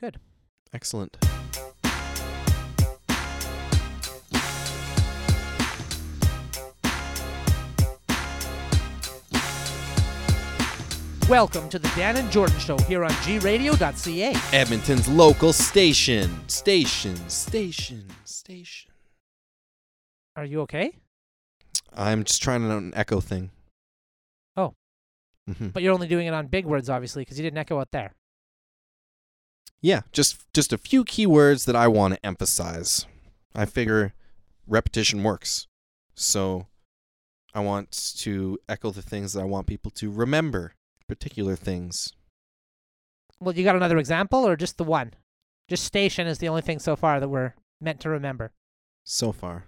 Good. Excellent. Welcome to the Dan and Jordan Show here on gradio.ca. Edmonton's local station. Station. Station. Station. Are you okay? I'm just trying to know an echo thing. Oh. hmm But you're only doing it on big words, obviously, because you didn't echo out there. Yeah, just just a few keywords that I want to emphasize. I figure repetition works. So I want to echo the things that I want people to remember, particular things. Well, you got another example or just the one? Just station is the only thing so far that we're meant to remember. so far.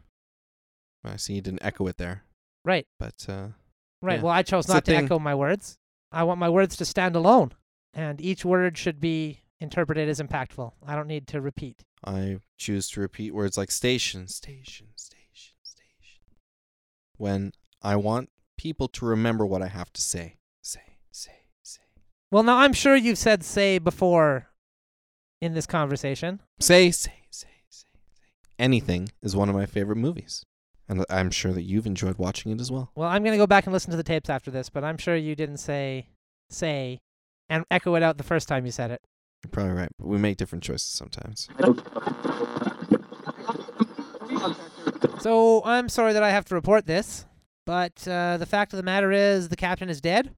I see you didn't echo it there, Right. but uh, Right. Yeah. Well, I chose It's a not to thing. echo my words. I want my words to stand alone, and each word should be interpreted as impactful. I don't need to repeat. I choose to repeat words like station, station, station, station. When I want people to remember what I have to say, say, say, say, Well, now I'm sure you've said say before in this conversation. say, say, say, say, say. Anything is one of my favorite movies, and I'm sure that you've enjoyed watching it as well. Well, I'm going to go back and listen to the tapes after this, but I'm sure you didn't say say and echo it out the first time you said it. You're probably right, but we make different choices sometimes. So I'm sorry that I have to report this, but uh, the fact of the matter is the captain is dead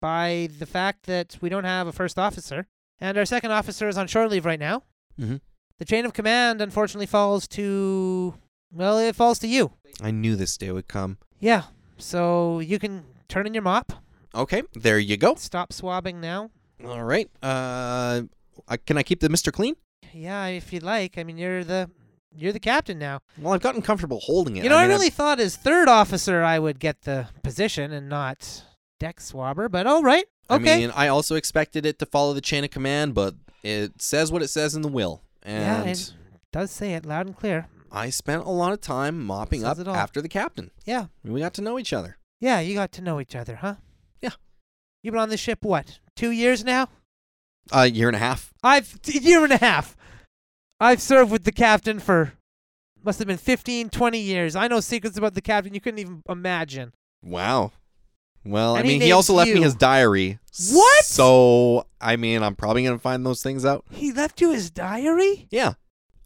by the fact that we don't have a first officer, and our second officer is on shore leave right now. Mm-hmm. The chain of command unfortunately falls to, well, it falls to you. I knew this day would come. Yeah. So you can turn in your mop. Okay, there you go. Stop swabbing now. All right. Uh, I, can I keep the Mister Clean? Yeah, if you'd like. I mean, you're the you're the captain now. Well, I've gotten comfortable holding it. you know, I, mean, really thought as third officer I would get the position and not deck swabber, but all right. I Okay. mean, I also expected it to follow the chain of command, but it says what it says in the will. yeah, And it does say it loud and clear. I spent a lot of time mopping Says up it all. after the captain. Yeah. We got to know each other. Yeah, you got to know each other, huh? Yeah. You've been on this ship what? 2 years now? A year and a half. I've a year and a half. I've served with the captain for must have been 15, 20 years. I know secrets about the captain you couldn't even imagine. Wow. Well, I And he mean, he, named also left me you. his diary. What? So, I mean, I'm probably going to find those things out. He left you his diary? Yeah.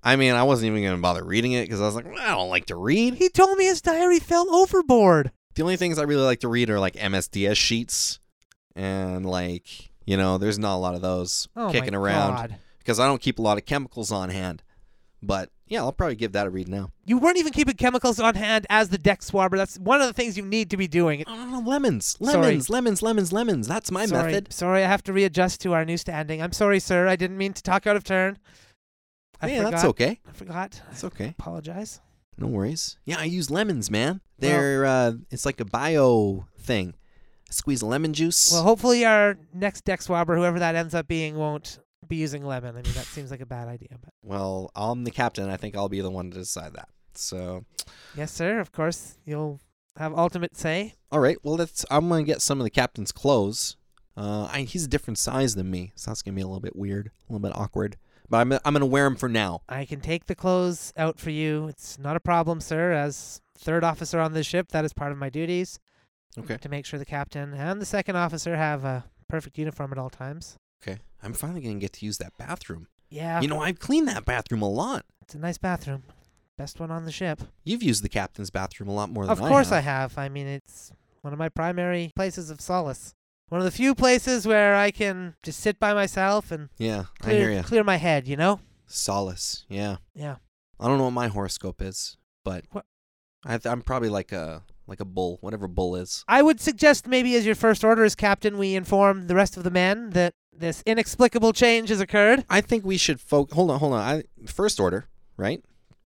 I mean, I wasn't even going to bother reading it because I was like, "Well, I don't like to read. He told me his diary fell overboard. the only things I really like to read are like MSDS sheets and like you know, there's not a lot of those Oh kicking my around god. because I don't keep a lot of chemicals on hand. But yeah, I'll probably give that a read now. You weren't even keeping chemicals on hand as the deck swabber. That's one of the things you need to be doing. Oh, no, no, lemons, Sorry. lemons, lemons, lemons, lemons. That's my sorry, method. Sorry, I have to readjust to our new standing. I'm sorry, sir. I didn't mean to talk out of turn. I yeah, forgot. that's okay. I forgot. I It's okay. apologize. No worries. Yeah, I use lemons, man. They're uh, it's like a bio thing. Squeeze lemon juice. Well, hopefully our next deck swabber, whoever that ends up being, won't be using lemon. I mean, that seems like a bad idea. But well, I'm the captain. I think I'll be the one to decide that. So, yes, sir. Of course, you'll have ultimate say. All right. Well, that's. I'm gonna get some of the captain's clothes. Uh, I, he's a different size than me, so that's gonna be a little bit weird, a little bit awkward. But I'm I'm gonna wear them for now. I can take the clothes out for you. It's not a problem, sir. As third officer on this ship, that is part of my duties Okay. to make sure the captain and the second officer have a perfect uniform at all times. Okay. I'm finally gonna get to use that bathroom. Yeah, You know, I've cleaned that bathroom a lot. it's a nice bathroom, best one on the ship. You've used the captain's bathroom a lot more than Of course I I have. have. I mean, it's one of my primary places of solace. One of the few places where I can just sit by myself and Yeah, I hear clear, you. clear my head, you know? Solace. Yeah. Yeah. I don't know what my horoscope is, but What? I th- I'm probably like a like a bull, whatever bull is. I would suggest maybe as your first order as captain, we inform the rest of the men that this inexplicable change has occurred. I think we should fo- hold on, hold on. I first order, right?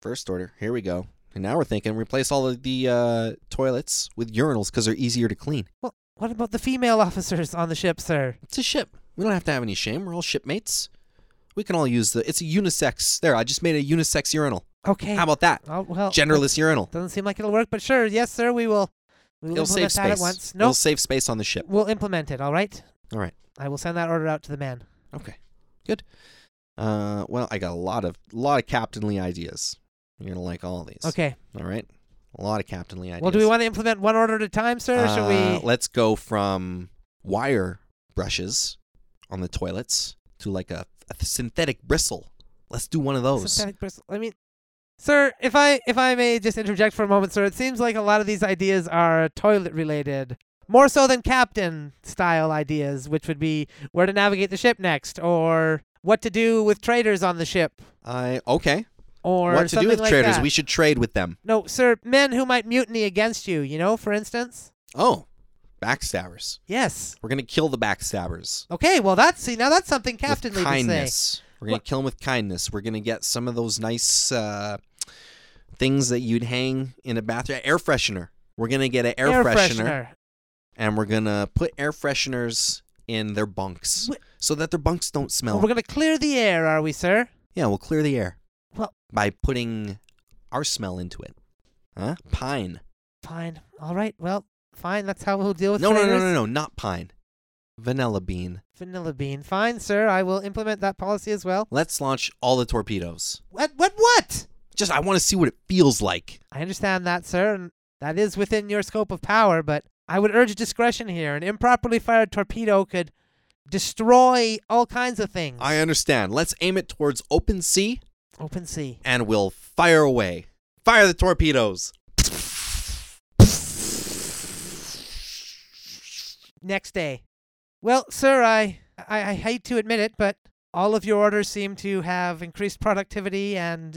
First order. Here we go. And now we're thinking replace all of the uh, toilets with urinals because they're easier to clean. Well, what about the female officers on the ship, sir? It's a ship. We don't have to have any shame. We're all shipmates. We can all use the. It's a unisex. There, I just made a unisex urinal. Okay. How about that? oh, well, Genderless urinal. Doesn't seem like it'll work, but sure, yes, sir, we will. We will It'll save implement that at space. once. It'll No, save space on the ship. we'll implement it. All right. All right. I will send that order out to the men. Okay. Good. Uh, well, I got a lot of lot of captainly ideas. You're gonna like all these. Okay. All right. A lot of captainly ideas. Well, do we want to implement one order at a time, sir? or should Uh, we? Let's go from wire brushes on the toilets to like a, a synthetic bristle. Let's do one of those. Synthetic bristle. I mean, sir, if I if I may just interject for a moment, sir, it seems like a lot of these ideas are toilet related, more so than captain style ideas, which would be where to navigate the ship next, or what to do with traders on the ship, I okay. or what to do something with like traders? that. We should trade with them. no, sir, men who might mutiny against you. You know, for instance. Oh, backstabbers. Yes. We're gonna kill the backstabbers. Okay. Well, that's see now that's something with captainly to say. kindness. We're gonna What- kill them with kindness. We're gonna get some of those nice uh, things that you'd hang in a bathroom. Air freshener. We're gonna get an air, freshener, and we're gonna put air fresheners in their bunks Wh- so that their bunks don't Well, smell. we're gonna clear the air, are we, sir? yeah, we'll clear the air. Well- by putting our smell into it. Huh? Pine. Fine. All right. Well, fine. That's how we'll deal with No, no, no, traitors. no, no, not pine. Vanilla bean. Vanilla bean. Fine, sir. I will implement that policy as well. Let's launch all the torpedoes. What? What? What? Just I want to see what it feels like. I understand that, sir, and that is within your scope of power. But I would urge discretion here. An improperly fired torpedo could destroy all kinds of things. I understand. Let's aim it towards open sea Open sea. and we'll fire away. Fire the torpedoes. Next day. Well, sir, I, I I hate to admit it, but all of your orders seem to have increased productivity and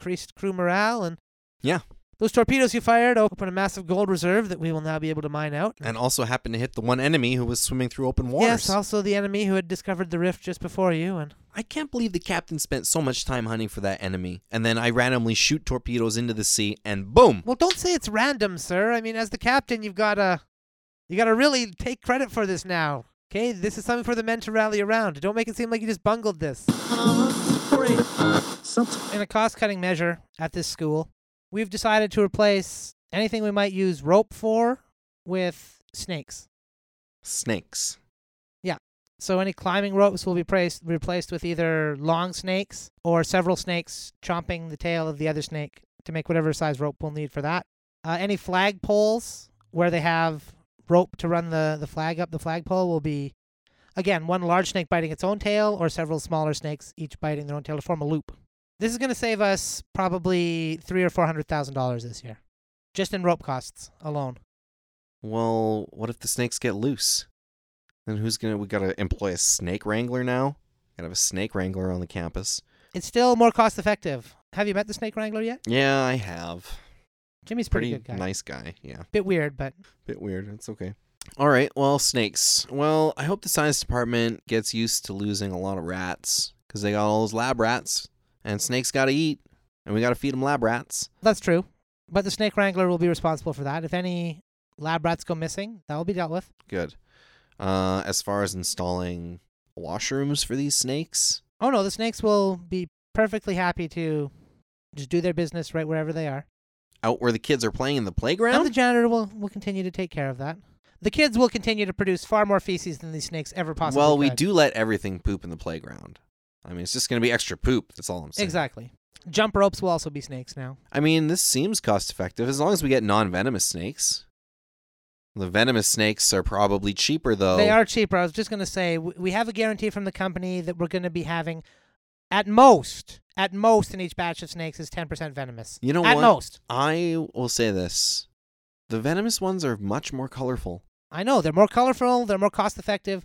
increased crew morale and. Yeah. Those torpedoes you fired open a massive gold reserve that we will now be able to mine out. And also happened to hit the one enemy who was swimming through open waters. Mm-hmm. Yes, also the enemy who had discovered the rift just before you, and I can't believe the captain spent so much time hunting for that enemy. And then I randomly shoot torpedoes into the sea and boom. well, don't say it's random, sir. I mean, as the captain, you've got to, you got to really take credit for this now. Okay, this is something for the men to rally around. Don't make it seem like you just bungled this. In a cost-cutting measure at this school, we've decided to replace anything we might use rope for with snakes. Snakes. So any climbing ropes will be placed replaced with either long snakes or several snakes chomping the tail of the other snake to make whatever size rope we'll need for that. Uh, any flag poles where they have rope to run the, the flag up the flagpole will be, again, one large snake biting its own tail or several smaller snakes each biting their own tail to form a loop. This is going to save us probably three or four hundred thousand dollars this year, just in rope costs alone. Well, what if the snakes get loose? Then who's gonna? We gotta employ a snake wrangler now. Gotta have a snake wrangler on the campus. It's still more cost effective. Have you met the snake wrangler yet? Yeah, I have. Jimmy's a pretty, Pretty, good guy. nice guy. Yeah, Bit weird, but bit weird. It's okay. All right. Well, snakes. Well, I hope the science department gets used to losing a lot of rats because they got all those lab rats, and snakes gotta eat, and we gotta feed them lab rats. That's true. But the snake wrangler will be responsible for that. If any lab rats go missing, that will be dealt with. Good. Uh, as far as installing washrooms for these snakes, Oh no, the snakes will be perfectly happy to just do their business right wherever they are. out where the kids are playing in the playground. And the janitor will, will continue to take care of that. The kids will continue to produce far more feces than these snakes ever possibly well, we could. do let everything poop in the playground. I mean, it's just going to be extra poop. That's all I'm saying. Exactly. Jump ropes will also be snakes now. I mean, this seems cost effective as long as we get non venomous snakes. The venomous snakes are probably cheaper, though. They are cheaper. I was just going to say w- we have a guarantee from the company that we're going to be having at most, at most in each batch of snakes is 10% venomous. You know at what? most. I will say this the venomous ones are much more colorful. I know they're more colorful, they're more cost effective.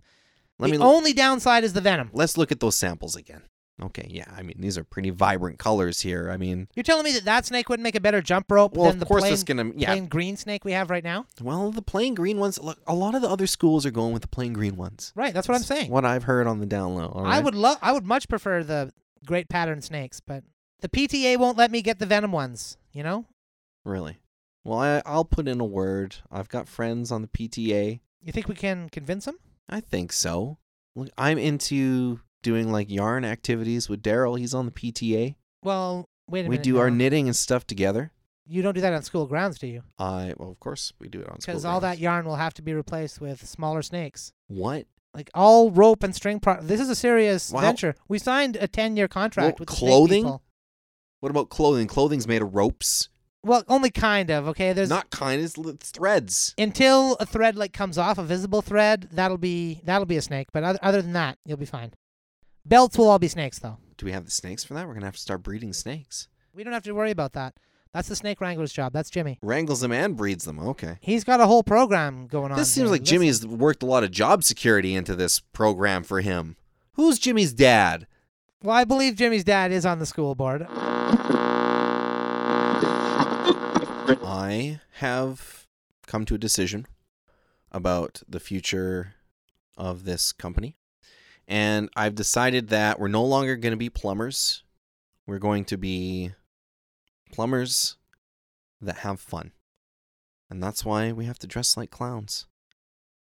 Let the me. only downside is the venom. let's look at those samples again. Okay, yeah. I mean, these are pretty vibrant colors here. I mean, You're telling me that that snake wouldn't make a better jump rope well, than of the course, plain, it's gonna. Yeah. plain green snake we have right now? Well, the plain green ones. Look, a lot of the other schools are going with the plain green ones. Right, that's what I'm saying. What I've heard on the down low. all I right? would love I would much prefer the great pattern snakes, but the PTA won't let me get the venom ones, you know? Really? Well, I, I'll put in a word. I've got friends on the PTA. You think we can convince them? I think so. Look, I'm into doing like yarn activities with Daryl. He's on the PTA. Well, wait a We minute. do our now. knitting and stuff together. You don't do that on school grounds, do you? I well, of course, we do it on school. Because all that grounds. yarn will have to be replaced with smaller snakes. what? Like all rope and string pro. This is a serious Wow. venture. We signed a ten-year contract Well, with the snake clothing? people. What about clothing? Clothing's made of ropes. Well, only kind of. Okay, there's Not kind. It's, it's threads. until a thread like comes off a visible thread. That'll be that'll be a snake. But other, other than that, you'll be fine. Belts will all be snakes though. Do we have the snakes for that? We're gonna have to start breeding snakes. We don't have to worry about that. That's the snake wrangler's job. That's Jimmy. Wrangles them and breeds them. Okay. He's got a whole program going on. This here. seems like This- Jimmy's worked a lot of job security into this program for him. Who's Jimmy's dad? Well, I believe Jimmy's dad is on the school board. I have come to a decision about the future of this company. And I've decided that we're no longer going to be plumbers. We're going to be plumbers that have fun. And that's why we have to dress like clowns.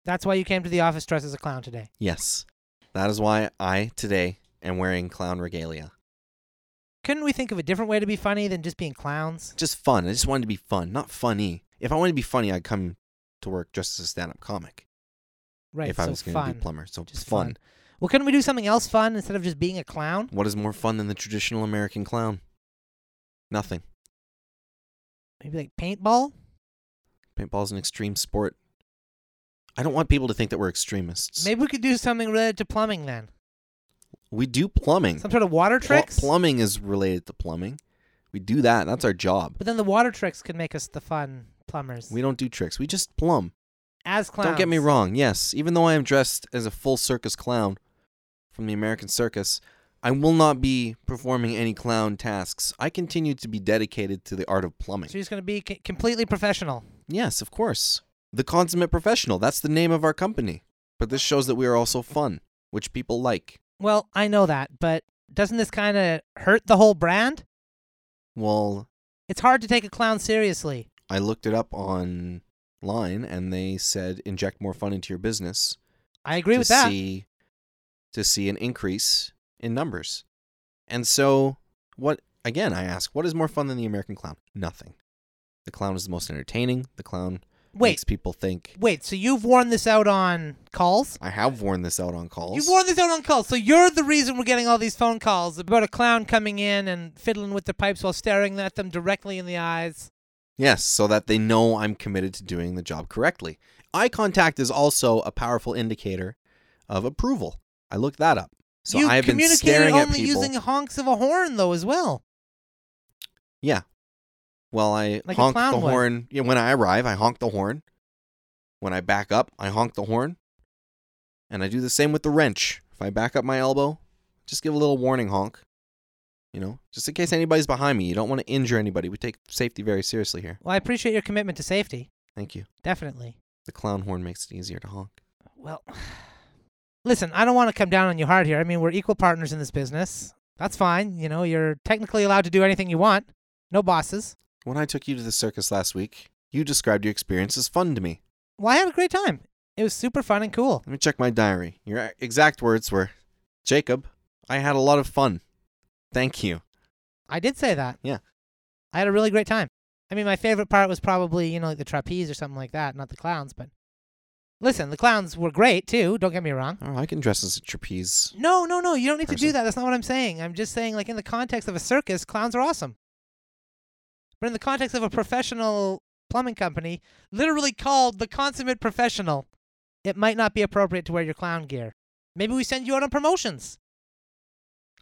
That's why you came to the office dressed as a clown today. Yes. That is why I today am wearing clown regalia. Couldn't we think of a different way to be funny than just being clowns? Just fun. I just wanted to be fun, not funny. If I wanted to be funny, I'd come to work just as a stand up comic. Right. if so I was going to fun. be plumber. So Just fun. fun. Well, couldn't we do something else fun instead of just being a clown? What is more fun than the traditional American clown? Nothing. Maybe like paintball. Paintball's an extreme sport. I don't want people to think that we're extremists. Maybe we could do something related to plumbing then. we do plumbing. Some sort of water Pl- tricks. plumbing is related to plumbing. We do that. That's our job. but then the water tricks could make us the fun plumbers. We don't do tricks. We just plumb. as clowns. Don't get me wrong. Yes, even though I am dressed as a full circus clown from the American Circus, I will not be performing any clown tasks. I continue to be dedicated to the art of plumbing. So you're just going to be c- completely professional. Yes, of course. The Consummate Professional. That's the name of our company. But this shows that we are also fun, which people like. Well, I know that, but doesn't this kind of hurt the whole brand? Well, It's hard to take a clown seriously. I looked it up online and they said inject more fun into your business I agree to with that. see to see an increase in numbers. And so what again I ask, what is more fun than the American clown? Nothing. The clown is the most entertaining. The clown Wait, makes people think. wait. So you've worn this out on calls? I have worn this out on calls. You've worn this out on calls. So you're the reason we're getting all these phone calls about a clown coming in and fiddling with their pipes while staring at them directly in the eyes. Yes, so that they know I'm committed to doing the job correctly. Eye contact is also a powerful indicator of approval. I looked that up. So you I have been communicated staring at only people. using honks of a horn though as well. yeah. Well, I Like a honk clown the would. horn. Yeah, when I arrive, I honk the horn. When I back up, I honk the horn. And I do the same with the wrench. If I back up my elbow, just give a little warning honk. You know, just in case anybody's behind me. You don't want to injure anybody. We take safety very seriously here. Well, I appreciate your commitment to safety. Thank you. Definitely. The clown horn makes it easier to honk. Well, listen, I don't want to come down on you hard here. I mean, we're equal partners in this business. That's fine. You know, you're technically allowed to do anything you want. No bosses. When I took you to the circus last week, you described your experience as fun to me. Well, I had a great time. It was super fun and cool. Let me check my diary. Your a- exact words were, Jacob, I had a lot of fun. Thank you. I did say that. Yeah. I had a really great time. I mean, my favorite part was probably, you know, like the trapeze or something like that, not the clowns, but listen, the clowns were great too, don't get me wrong. Oh, I can dress as a trapeze. No, no, no, you don't need to do Person. that. That's not what I'm saying. I'm just saying like in the context of a circus, clowns are awesome. But in the context of a professional plumbing company, literally called the consummate professional, it might not be appropriate to wear your clown gear. Maybe we send you out on promotions.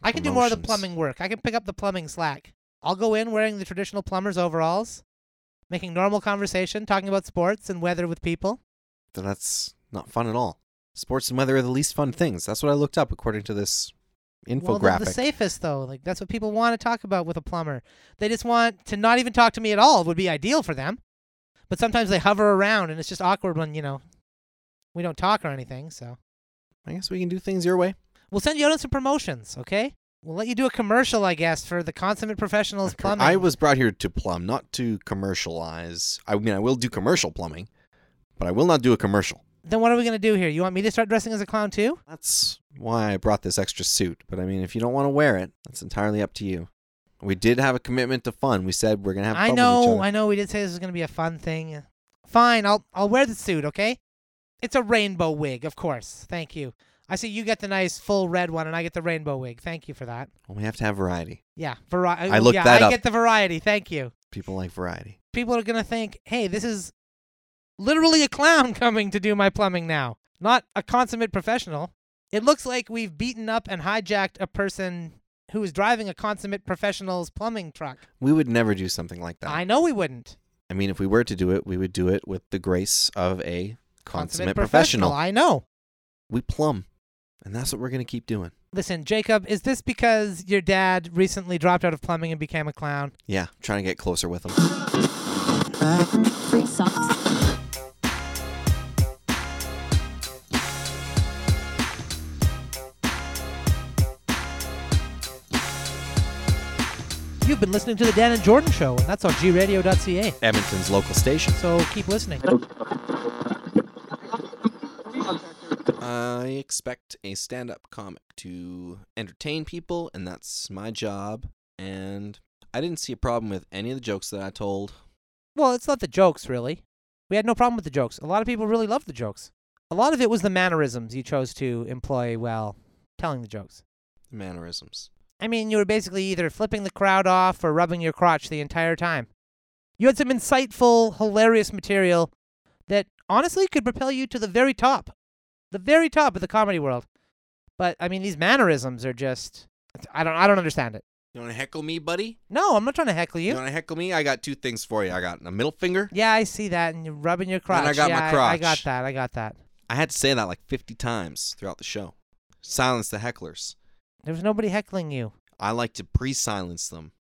I can do more of the Promotions. plumbing work. I can pick up the plumbing slack. I'll go in wearing the traditional plumber's overalls, making normal conversation, talking about sports and weather with people. But that's not fun at all. Sports and weather are the least fun things. That's what I looked up according to this Well, infographic. they're the safest though. Like that's what people want to talk about with a plumber. They just want to not even talk to me at all would be ideal for them. But sometimes they hover around and it's just awkward when, you know, we don't talk or anything, so I guess we can do things your way. we'll send you out on some promotions, okay? We'll let you do a commercial, I guess, for the consummate professionals Okay, plumbing. I was brought here to plumb, not to commercialize. I mean, I will do commercial plumbing, but I will not do a commercial. Then what are we gonna do here? You want me to start dressing as a clown too? That's why I brought this extra suit. But I mean, if you don't want to wear it, that's entirely up to you. We did have a commitment to fun. We said we're gonna have fun I with each know, other. I know. We did say this was gonna be a fun thing. Fine, I'll I'll wear the suit, okay? It's a rainbow wig, of course. Thank you. I see you get the nice full red one, and I get the rainbow wig. Thank you for that. Well, we have to have variety. Yeah, variety. I looked yeah, that I up. get the variety. Thank you. People like variety. People are gonna think, hey, this is literally a clown coming to do my plumbing now, not a consummate professional. It looks like we've beaten up and hijacked a person who is driving a consummate professional's plumbing truck. We would never do something like that. I know we wouldn't. I mean, if we were to do it, we would do it with the grace of a consummate, professional. I know. We plumb, and that's what we're going to keep doing. Listen, Jacob, is this because your dad recently dropped out of plumbing and became a clown? Yeah, trying to get closer with them. Free socks. You've been listening to the Dan and Jordan Show, and that's on gradio.ca. Edmonton's local station. So keep listening. I expect a stand up comic to entertain people, and that's my job. And I didn't see a problem with any of the jokes that I told. Well, it's not the jokes, really. We had no problem with the jokes. A lot of people really loved the jokes. A lot of it was the mannerisms you chose to employ while telling the jokes. The mannerisms. I mean, you were basically either flipping the crowd off or rubbing your crotch the entire time. You had some insightful, hilarious material that honestly could propel you to the very top, the very top of the comedy world. But I mean, these mannerisms are just—I don't—I don't understand it. You want to heckle me, buddy? No, I'm not trying to heckle You, you. want to heckle me? I got two things for you. I got a middle finger. Yeah, I see that, and you're rubbing your crotch. And I got yeah, my I, I crotch. got that. I got that. I had to say that like 50 times throughout the show. Silence the hecklers. There was nobody heckling you. I like to pre silence them.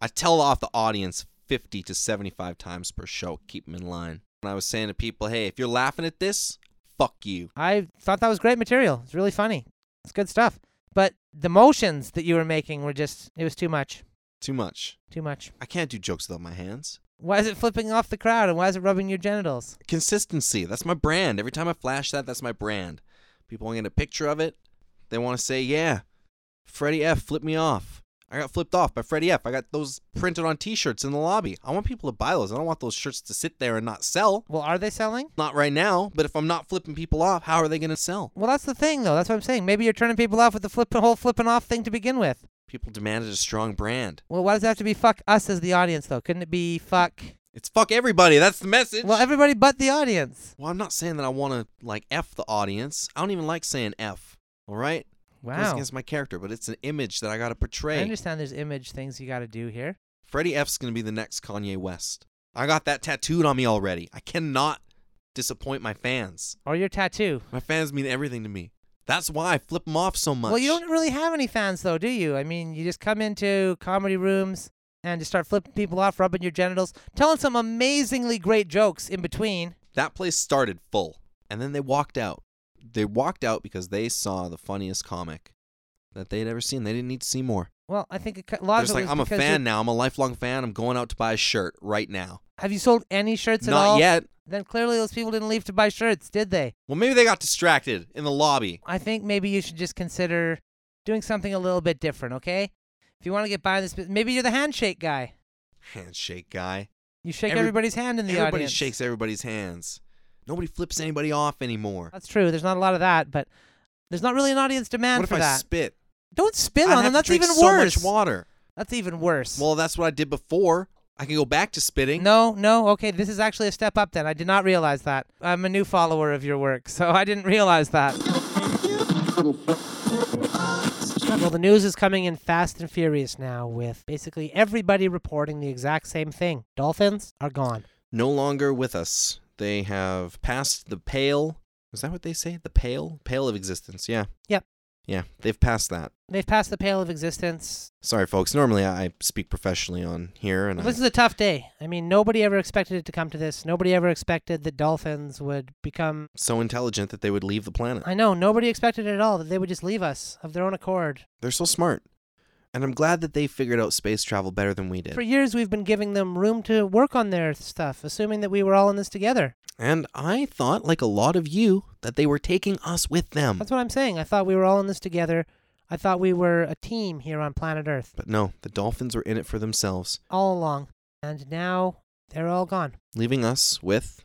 I tell off the audience 50 to 75 times per show, keep them in line. And I was saying to people, hey, if you're laughing at this, fuck you. I thought that was great material. It's really funny. It's good stuff. But the motions that you were making were just—it was too much. Too much. Too much. I can't do jokes without my hands. Why is it flipping off the crowd and why is it rubbing your genitals? Consistency. That's my brand. Every time I flash that, that's my brand. People want to get a picture of it. They want to say, yeah, Freddie F flipped me off. I got flipped off by Freddie F. I got those printed on t shirts in the lobby. I want people to buy those. I don't want those shirts to sit there and not sell. Well, are they selling? Not right now, but if I'm not flipping people off, how are they going to sell? Well, that's the thing though. That's what I'm saying. Maybe you're turning people off with the flip whole flipping off thing to begin with. People demanded a strong brand. Well, why does it have to be fuck us as the audience though? Couldn't it be fuck? It's fuck everybody. That's the message. Well, everybody but the audience. well, I'm not saying that I want to like F the audience. I don't even like saying F. All right? Goes Wow. against my character, but it's an image that I got to I portray. understand there's image things you got to do here. Freddie F's going to be the next Kanye West. I got that tattooed on me already. I cannot disappoint my fans. Or your tattoo. My fans mean everything to me. That's why I flip them off so much. Well, you don't really have any fans though, do you? I mean, you just come into comedy rooms and just start flipping people off, rubbing your genitals, telling some amazingly great jokes in between. That place started full, and then they walked out. They walked out because they saw the funniest comic that they'd ever seen. They didn't need to see more. Well, I think a cou- a They're lot just of it like, was I'm a because you're- fan now. I'm a lifelong fan. I'm going out to buy a shirt right now. Have you sold any shirts at Not all? yet. Then clearly those people didn't leave to buy shirts, did they? Well, maybe they got distracted in the lobby. I think maybe you should just consider doing something a little bit different, okay? If you want to get by this, bu- maybe you're the handshake guy. Handshake guy. You shake Every- everybody's hand in the everybody audience. shakes everybody's hands. Nobody flips anybody off anymore. That's true. There's not a lot of that, but there's not really an audience demand what if for I that. spit? Don't spit I'd on have them. to That's drink even so worse. much water. That's even worse. Well, that's what I did before. I can go back to spitting. no, no, okay, this is actually a step up then. I did not realize that. I'm a new follower of your work, so I didn't realize that. Well, the news is coming in fast and furious now with basically everybody reporting the exact same thing. Dolphins are gone. No longer with us. They have passed the pale. Is that what they say? The pale? Pale of existence. Yeah. Yep. Yeah. They've passed that. They've passed the pale of existence. Sorry, folks. Normally I I speak professionally on here, and I, This is a tough day. I mean, nobody ever expected it to come to this. Nobody ever expected that dolphins would become. so intelligent that they would leave the planet. I know, nobody expected it at all that they would just leave us of their own accord. They're so smart. And I'm glad that they figured out space travel better than we did. For years, we've been giving them room to work on their stuff, assuming that we were all in this together. And I thought, like a lot of you, that they were taking us with them. That's what I'm saying. I thought we were all in this together. I thought we were a team here on planet Earth But no, the dolphins were in it for themselves, all along. And now they're all gone. leaving us with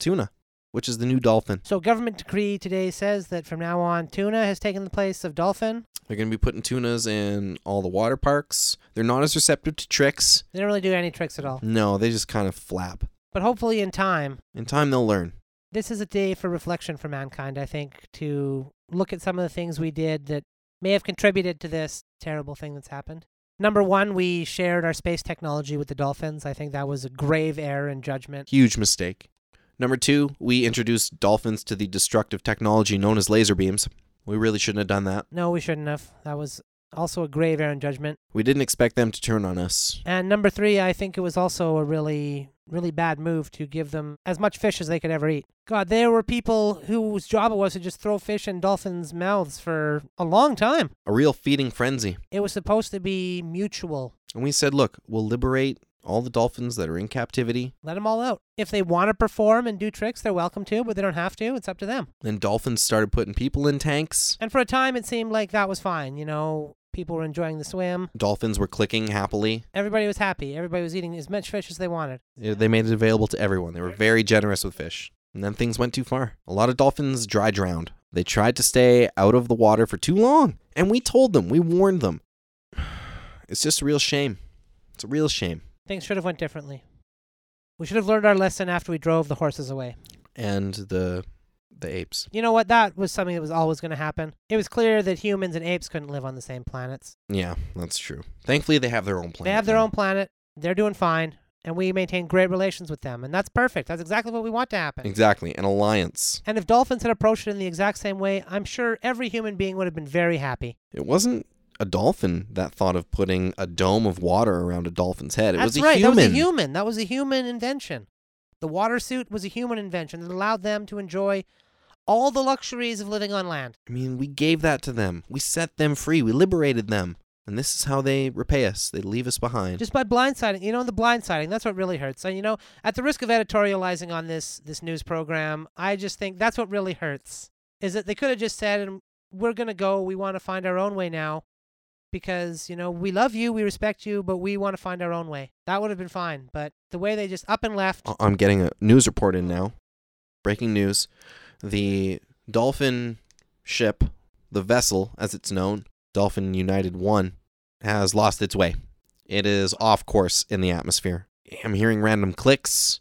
tuna. which is the new dolphin. So, government decree today says that from now on, tuna has taken the place of dolphin. They're going to be putting tunas in all the water parks. They're not as receptive to tricks. They don't really do any tricks at all. No, they just kind of flap. But hopefully, in time, In time, they'll learn. this is a day for reflection for mankind, I think, to look at some of the things we did that may have contributed to this terrible thing that's happened. Number one, we shared our space technology with the dolphins. I think that was a grave error in judgment. Huge mistake. Number two, we introduced dolphins to the destructive technology known as laser beams. We really shouldn't have done that. No, we shouldn't have. That was also a grave error in judgment. We didn't expect them to turn on us. And number three, I think it was also a really, really bad move to give them as much fish as they could ever eat. God, there were people whose job it was to just throw fish in dolphins' mouths for a long time. A real feeding frenzy. It was supposed to be mutual. And we said, look, we'll liberate all the dolphins that are in captivity, Let them all out. If they want to perform and do tricks, they're welcome to, but they don't have to. It's up to them. Then dolphins started putting people in tanks. And for a time, it seemed like that was fine. You know, people were enjoying the swim. Dolphins were clicking happily. Everybody was happy. Everybody was eating as much fish as they wanted. Uh, They made it available to everyone. They were very generous with fish. And then things went too far. A lot of dolphins dry drowned. They tried to stay out of the water for too long. And we told them, we warned them. It's just a real shame. It's a real shame. Things should have went differently. We should have learned our lesson after we drove the horses away. And the the apes. You know what? That was something that was always going to happen. It was clear that humans and apes couldn't live on the same planets. Yeah, that's true. Thankfully they have their own planet. they have their now. own planet. They're doing fine. And we maintain great relations with them. And that's perfect. That's exactly what we want to happen. Exactly, an alliance. And if dolphins had approached it in the exact same way, I'm sure every human being would have been very happy. It wasn't a dolphin that thought of putting a dome of water around a dolphin's head. It That's was a right. human. That was a human. That was a human invention. The water suit was a human invention that allowed them to enjoy all the luxuries of living on land. I mean, we gave that to them. We set them free. We liberated them. And this is how they repay us. They leave us behind. Just by blindsiding, you know, the blindsiding, that's what really hurts. And you know, at the risk of editorializing on this this news program, I just think that's what really hurts. Is that they could have just said, "And we're gonna go. We want to find our own way now, because you know we love you, we respect you, but we want to find our own way." That would have been fine. But the way they just up and left, I- I'm getting a news report in now. Breaking news. The dolphin ship, the vessel as it's known, Dolphin United 1, has lost its way. It is off course in the atmosphere. I'm hearing random clicks,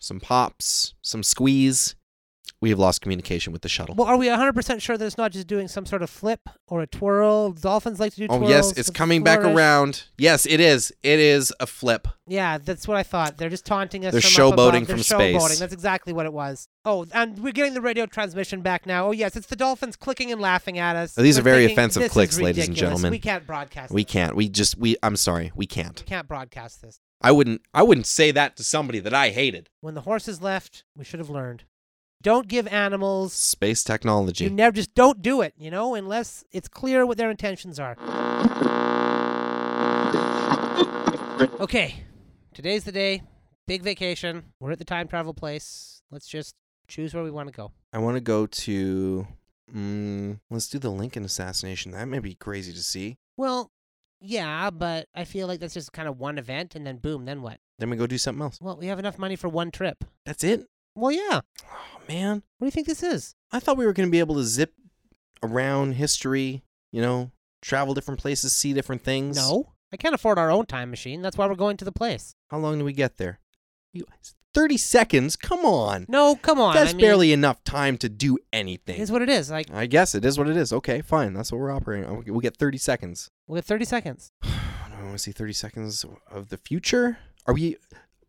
some pops, some squeeze. We have lost communication with the shuttle. well, are we 100% sure that it's not just doing some sort of flip or a twirl? Dolphins like to do. Oh twirls, yes, it's the coming back flourish. around. Yes, it is. It is a flip. Yeah, that's what I thought. They're just taunting us. They're from up above. showboating They're from space. Showboating. That's exactly what it was. Oh, and we're getting the radio transmission back now. Oh yes, it's the dolphins clicking and laughing at us. Now, these are We're very thinking, offensive "This is clicks, ladies and ridiculous. gentlemen. We can't broadcast. We this. can't. We just we I'm sorry. We can't. We can't broadcast this. I wouldn't I wouldn't say that to somebody that I hated. When the horses left, we should have learned. Don't give animals. Space You technology. never just don't do it. You know, unless it's clear what their intentions are. Okay, today's the day. Big vacation. We're at the time travel place. Let's just choose where we want to go. I want to go to mm, let's do the Lincoln assassination. That may be crazy to see. Well, yeah, but I feel like that's just kind of one event, and then boom, then what? Then we go do something else. Well, we have enough money for one trip. That's it? Well, yeah. Oh man. What do you think this is? I thought we were going to be able to zip around history, you know, travel different places, see different things. No, I can't afford our own time machine. That's why we're going to the place. How long do we get there? You, 30 seconds? Come on. No, come on. That's I mean, barely enough time to do it anything. Is what it is. Like I guess it is what it is. Okay, fine. That's what we're operating on. We'll get 30 seconds. we have thirty seconds. I don't want to see 30 seconds of the future. Are we.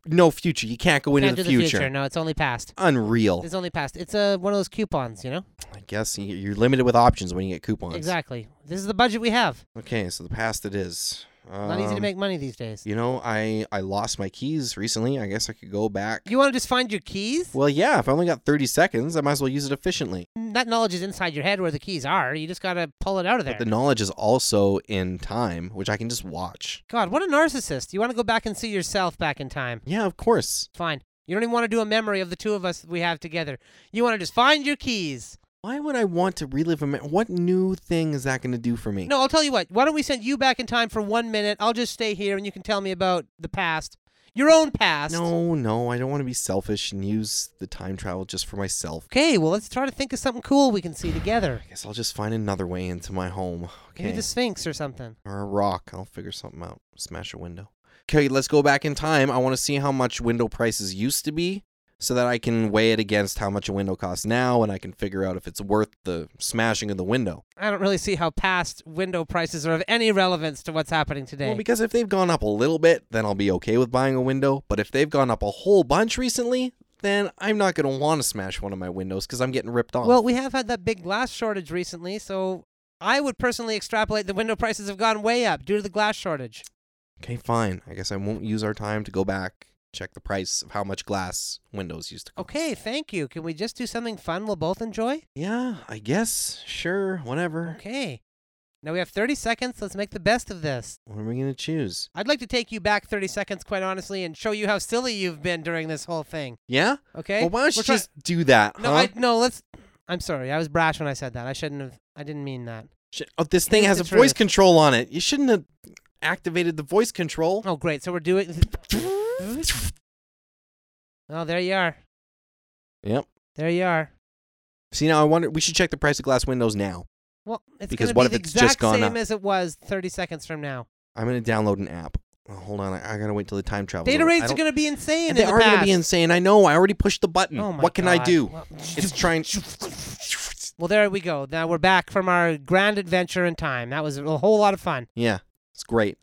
No future. You can't go into Can't the, do future. the future. No, it's only past. Unreal. It's only past. It's uh, one of those coupons, you know. I guess you- you're limited with options when you get coupons. Exactly. This is the budget we have. Okay, so the past it is. Um, Not easy to make money these days. You know, I, I lost my keys recently. I guess I could go back. You want to just find your keys? Well, yeah, if I only got 30 seconds, I might as well use it efficiently. That knowledge is inside your head where the keys are. You just gotta pull it out of there. But the knowledge is also in time, which I can just watch. God, what a narcissist. You want to go back and see yourself back in time. Yeah, of course. Fine. You don't even want to do a memory of the two of us that we have together. You want to just find your keys. Why would I want to relive a minute? What new thing is that going to do for me? No, I'll tell you what. Why don't we send you back in time for one minute? I'll just stay here and you can tell me about the past. Your own past. No, no, I don't want to be selfish and use the time travel just for myself. Okay, well, let's try to think of something cool we can see together. I guess I'll just find another way into my home. Okay. Maybe the Sphinx or something. or a rock. I'll figure something out. Smash a window. Okay, let's go back in time. I want to see how much window prices used to be so that I can weigh it against how much a window costs now and I can figure out if it's worth the smashing of the window. I don't really see how past window prices are of any relevance to what's happening today. Well, because if they've gone up a little bit, then I'll be okay with buying a window. But if they've gone up a whole bunch recently, then I'm not going to want to smash one of my windows because I'm getting ripped off. Well, we have had that big glass shortage recently, so I would personally extrapolate the window prices have gone way up due to the glass shortage. okay, fine. I guess I won't use our time to go back check the price of how much glass windows used to cost. Okay, thank you. Can we just do something fun we'll both enjoy? Yeah, I guess. Sure, whatever. Okay. Now we have 30 seconds. Let's make the best of this. What are we going to choose? I'd like to take you back 30 seconds, quite honestly, and show you how silly you've been during this whole thing. Yeah? Okay? Well, why don't you We're try- just do that, No, huh? I, no, let's. I'm sorry. I was brash when I said that. I shouldn't have. I didn't mean that. Shit. Oh, this thing Here's has a the voice truth. control on it. You shouldn't have activated the voice control. Oh, great. So we're doing. Oh, there you are. Yep. There you are. See, now I wonder, we should check the price of glass windows now. Well, it's Because gonna what be if the it's just exact gone same up? as it was 30 seconds from now. I'm gonna download an app. Oh, hold on, I, I gotta wait till the time travel. Data rates are gonna. going to be insane. in They the are gonna be past. insane. I know. I already pushed the button. Oh my what can I God. do? Well, It's trying. well, there we go. Now we're back from our grand adventure in time. That was a whole lot of fun. Yeah, it's great.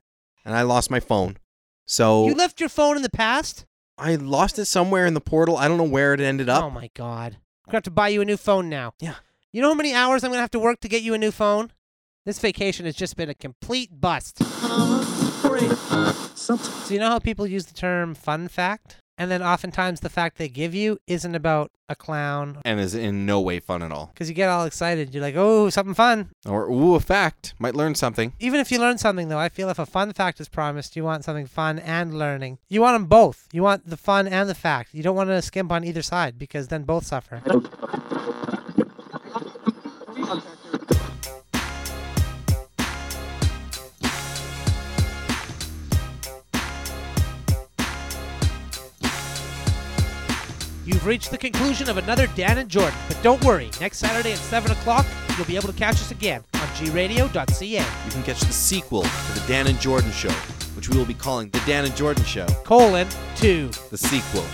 And I lost my phone, so You left your phone in the past? I lost it somewhere in the portal. I don't know where it ended Oh up. my god. I'm going to have to buy you a new phone now. Yeah. You know how many hours I'm going to have to work to get you a new phone? This vacation has just been a complete bust. So you know how people use the term fun fact? And then oftentimes the fact they give you isn't about a clown And is in no way fun at all. because you get all excited. You're like, oh, something fun. Or ooh, a fact might learn something. Even if you learn something, though, I feel if a fun fact is promised, you want something fun and learning. You want them both. You want the fun and the fact. You don't want to skimp on either side because then both suffer. You've reached the conclusion of another Dan and Jordan, but don't worry. Next Saturday at 7 o'clock, you'll be able to catch us again on gradio.ca. You can catch the sequel to the Dan and Jordan Show, which we will be calling the Dan and Jordan Show, colon two. the sequel.